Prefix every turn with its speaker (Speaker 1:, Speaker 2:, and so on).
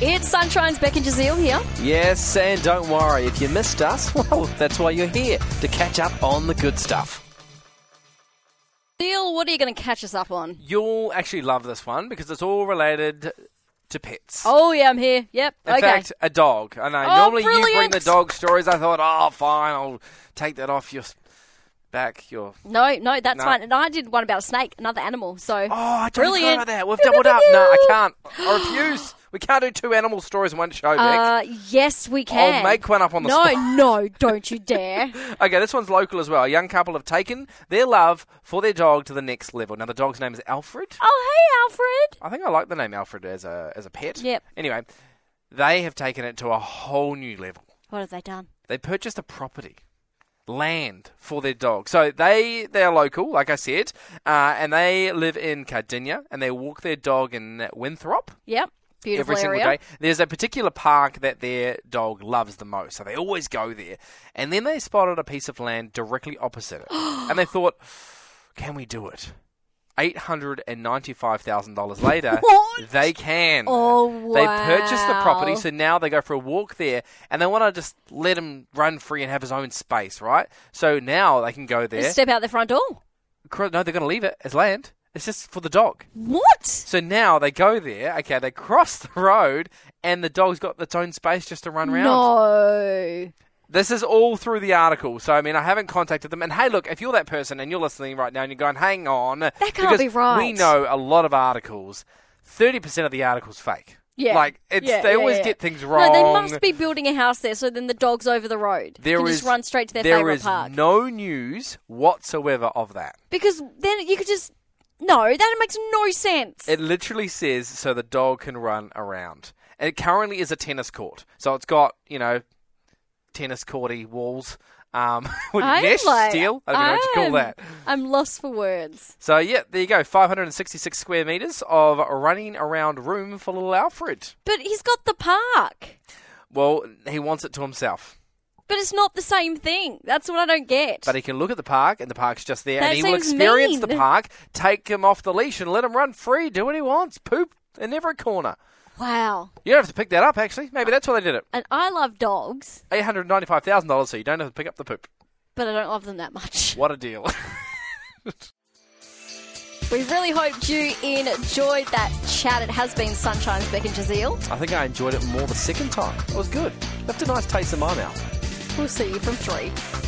Speaker 1: It's Sunshine's Becky Jazeel here.
Speaker 2: Yes, and don't worry, if you missed us, well, that's why you're here, to catch up on the good stuff.
Speaker 1: Jazeel, what are you going to catch us up on?
Speaker 2: You'll actually love this one because it's all related to pets.
Speaker 1: Oh, yeah, I'm here. Yep.
Speaker 2: In
Speaker 1: okay.
Speaker 2: fact, a dog. I know.
Speaker 1: Oh,
Speaker 2: Normally you bring
Speaker 1: brilliant.
Speaker 2: the dog stories. I thought, oh, fine, I'll take that off your s- back. Your
Speaker 1: no, no, that's
Speaker 2: No.
Speaker 1: fine. And I did one about a snake, another animal. So,
Speaker 2: oh, I don't
Speaker 1: brilliant.
Speaker 2: remember that. We've doubled up. No, I can't. I refuse. We can't do two animal stories in one show, Beck.
Speaker 1: Uh, yes, we can.
Speaker 2: make one up on the
Speaker 1: no,
Speaker 2: spot.
Speaker 1: No, don't you dare.
Speaker 2: Okay, this one's local as well. A young couple have taken their love for their dog to the next level. Now the dog's name is Alfred.
Speaker 1: oh, hey, Alfred.
Speaker 2: I think I like the name Alfred as a as a pet.
Speaker 1: Yep.
Speaker 2: Anyway, they have taken it to a whole new level.
Speaker 1: What have they done?
Speaker 2: They purchased a property, land for their dog. So they they are local, like I said, uh, and they live in Cardinia, and they walk their dog in Winthrop
Speaker 1: Yep. Beautiful
Speaker 2: every single
Speaker 1: area.
Speaker 2: day. There's a particular park that their dog loves the most, so they always go there. And then they spotted a piece of land directly opposite it, and they thought, "Can we do it?" Eight hundred and ninety-five thousand dollars later,
Speaker 1: What?
Speaker 2: they can.
Speaker 1: Oh,
Speaker 2: They purchased the property,
Speaker 1: wow.
Speaker 2: so now they go for a walk there, and they want to just let him run free and have his own space, right? So now they can go there.
Speaker 1: Just Step out the front door.
Speaker 2: Cor- no, they're going to leave it as land. It's just for the dog.
Speaker 1: What?
Speaker 2: So now they go there, okay, they cross the road, and the dog's got its own space just to run around.
Speaker 1: No.
Speaker 2: This is all through the article. So, I mean, I haven't contacted them. And hey, look, if you're that person and you're listening right now and you're going, hang on. That
Speaker 1: can't be right.
Speaker 2: We know a lot of articles, 30% of the article's fake.
Speaker 1: Yeah.
Speaker 2: Like, it's,
Speaker 1: Yeah,
Speaker 2: they
Speaker 1: yeah,
Speaker 2: always
Speaker 1: yeah.
Speaker 2: get things wrong.
Speaker 1: No, they must be building a house there, so then the dog's over the road.
Speaker 2: There
Speaker 1: can
Speaker 2: is-
Speaker 1: just run straight to their
Speaker 2: there
Speaker 1: favourite
Speaker 2: is
Speaker 1: park.
Speaker 2: no news whatsoever of that.
Speaker 1: because then you could just no, that makes no sense.
Speaker 2: It literally says so the dog can run around. It currently is a tennis court, so it's got you know tennis courty walls. Um, with
Speaker 1: I'm
Speaker 2: mesh
Speaker 1: like-
Speaker 2: steel. I don't know what you
Speaker 1: I'm-
Speaker 2: call that.
Speaker 1: I'm lost for words.
Speaker 2: So yeah, there you go. 566 square meters of running around room for little Alfred.
Speaker 1: But he's got the park.
Speaker 2: Well, he wants it to himself,
Speaker 1: But it's not the same thing. That's what I don't get.
Speaker 2: but he can look at the park, and the park's just there,
Speaker 1: That
Speaker 2: and he will
Speaker 1: seems
Speaker 2: experience the
Speaker 1: mean.
Speaker 2: park. Take him off the leash and let him run free, do what he wants, poop in every corner.
Speaker 1: wow.
Speaker 2: You don't have to pick that up, actually. Maybe that's why they did it.
Speaker 1: And I love dogs,
Speaker 2: Eight hundred ninety-five thousand dollars, so you don't have to pick up the poop.
Speaker 1: but I don't love them that much.
Speaker 2: What a deal!
Speaker 1: We really hoped you enjoyed that chat. It has been Sunshine's Beck and Jazeel.
Speaker 2: I think I enjoyed it more the second time. It was good. Left a nice taste in my mouth.
Speaker 1: We'll see you from three.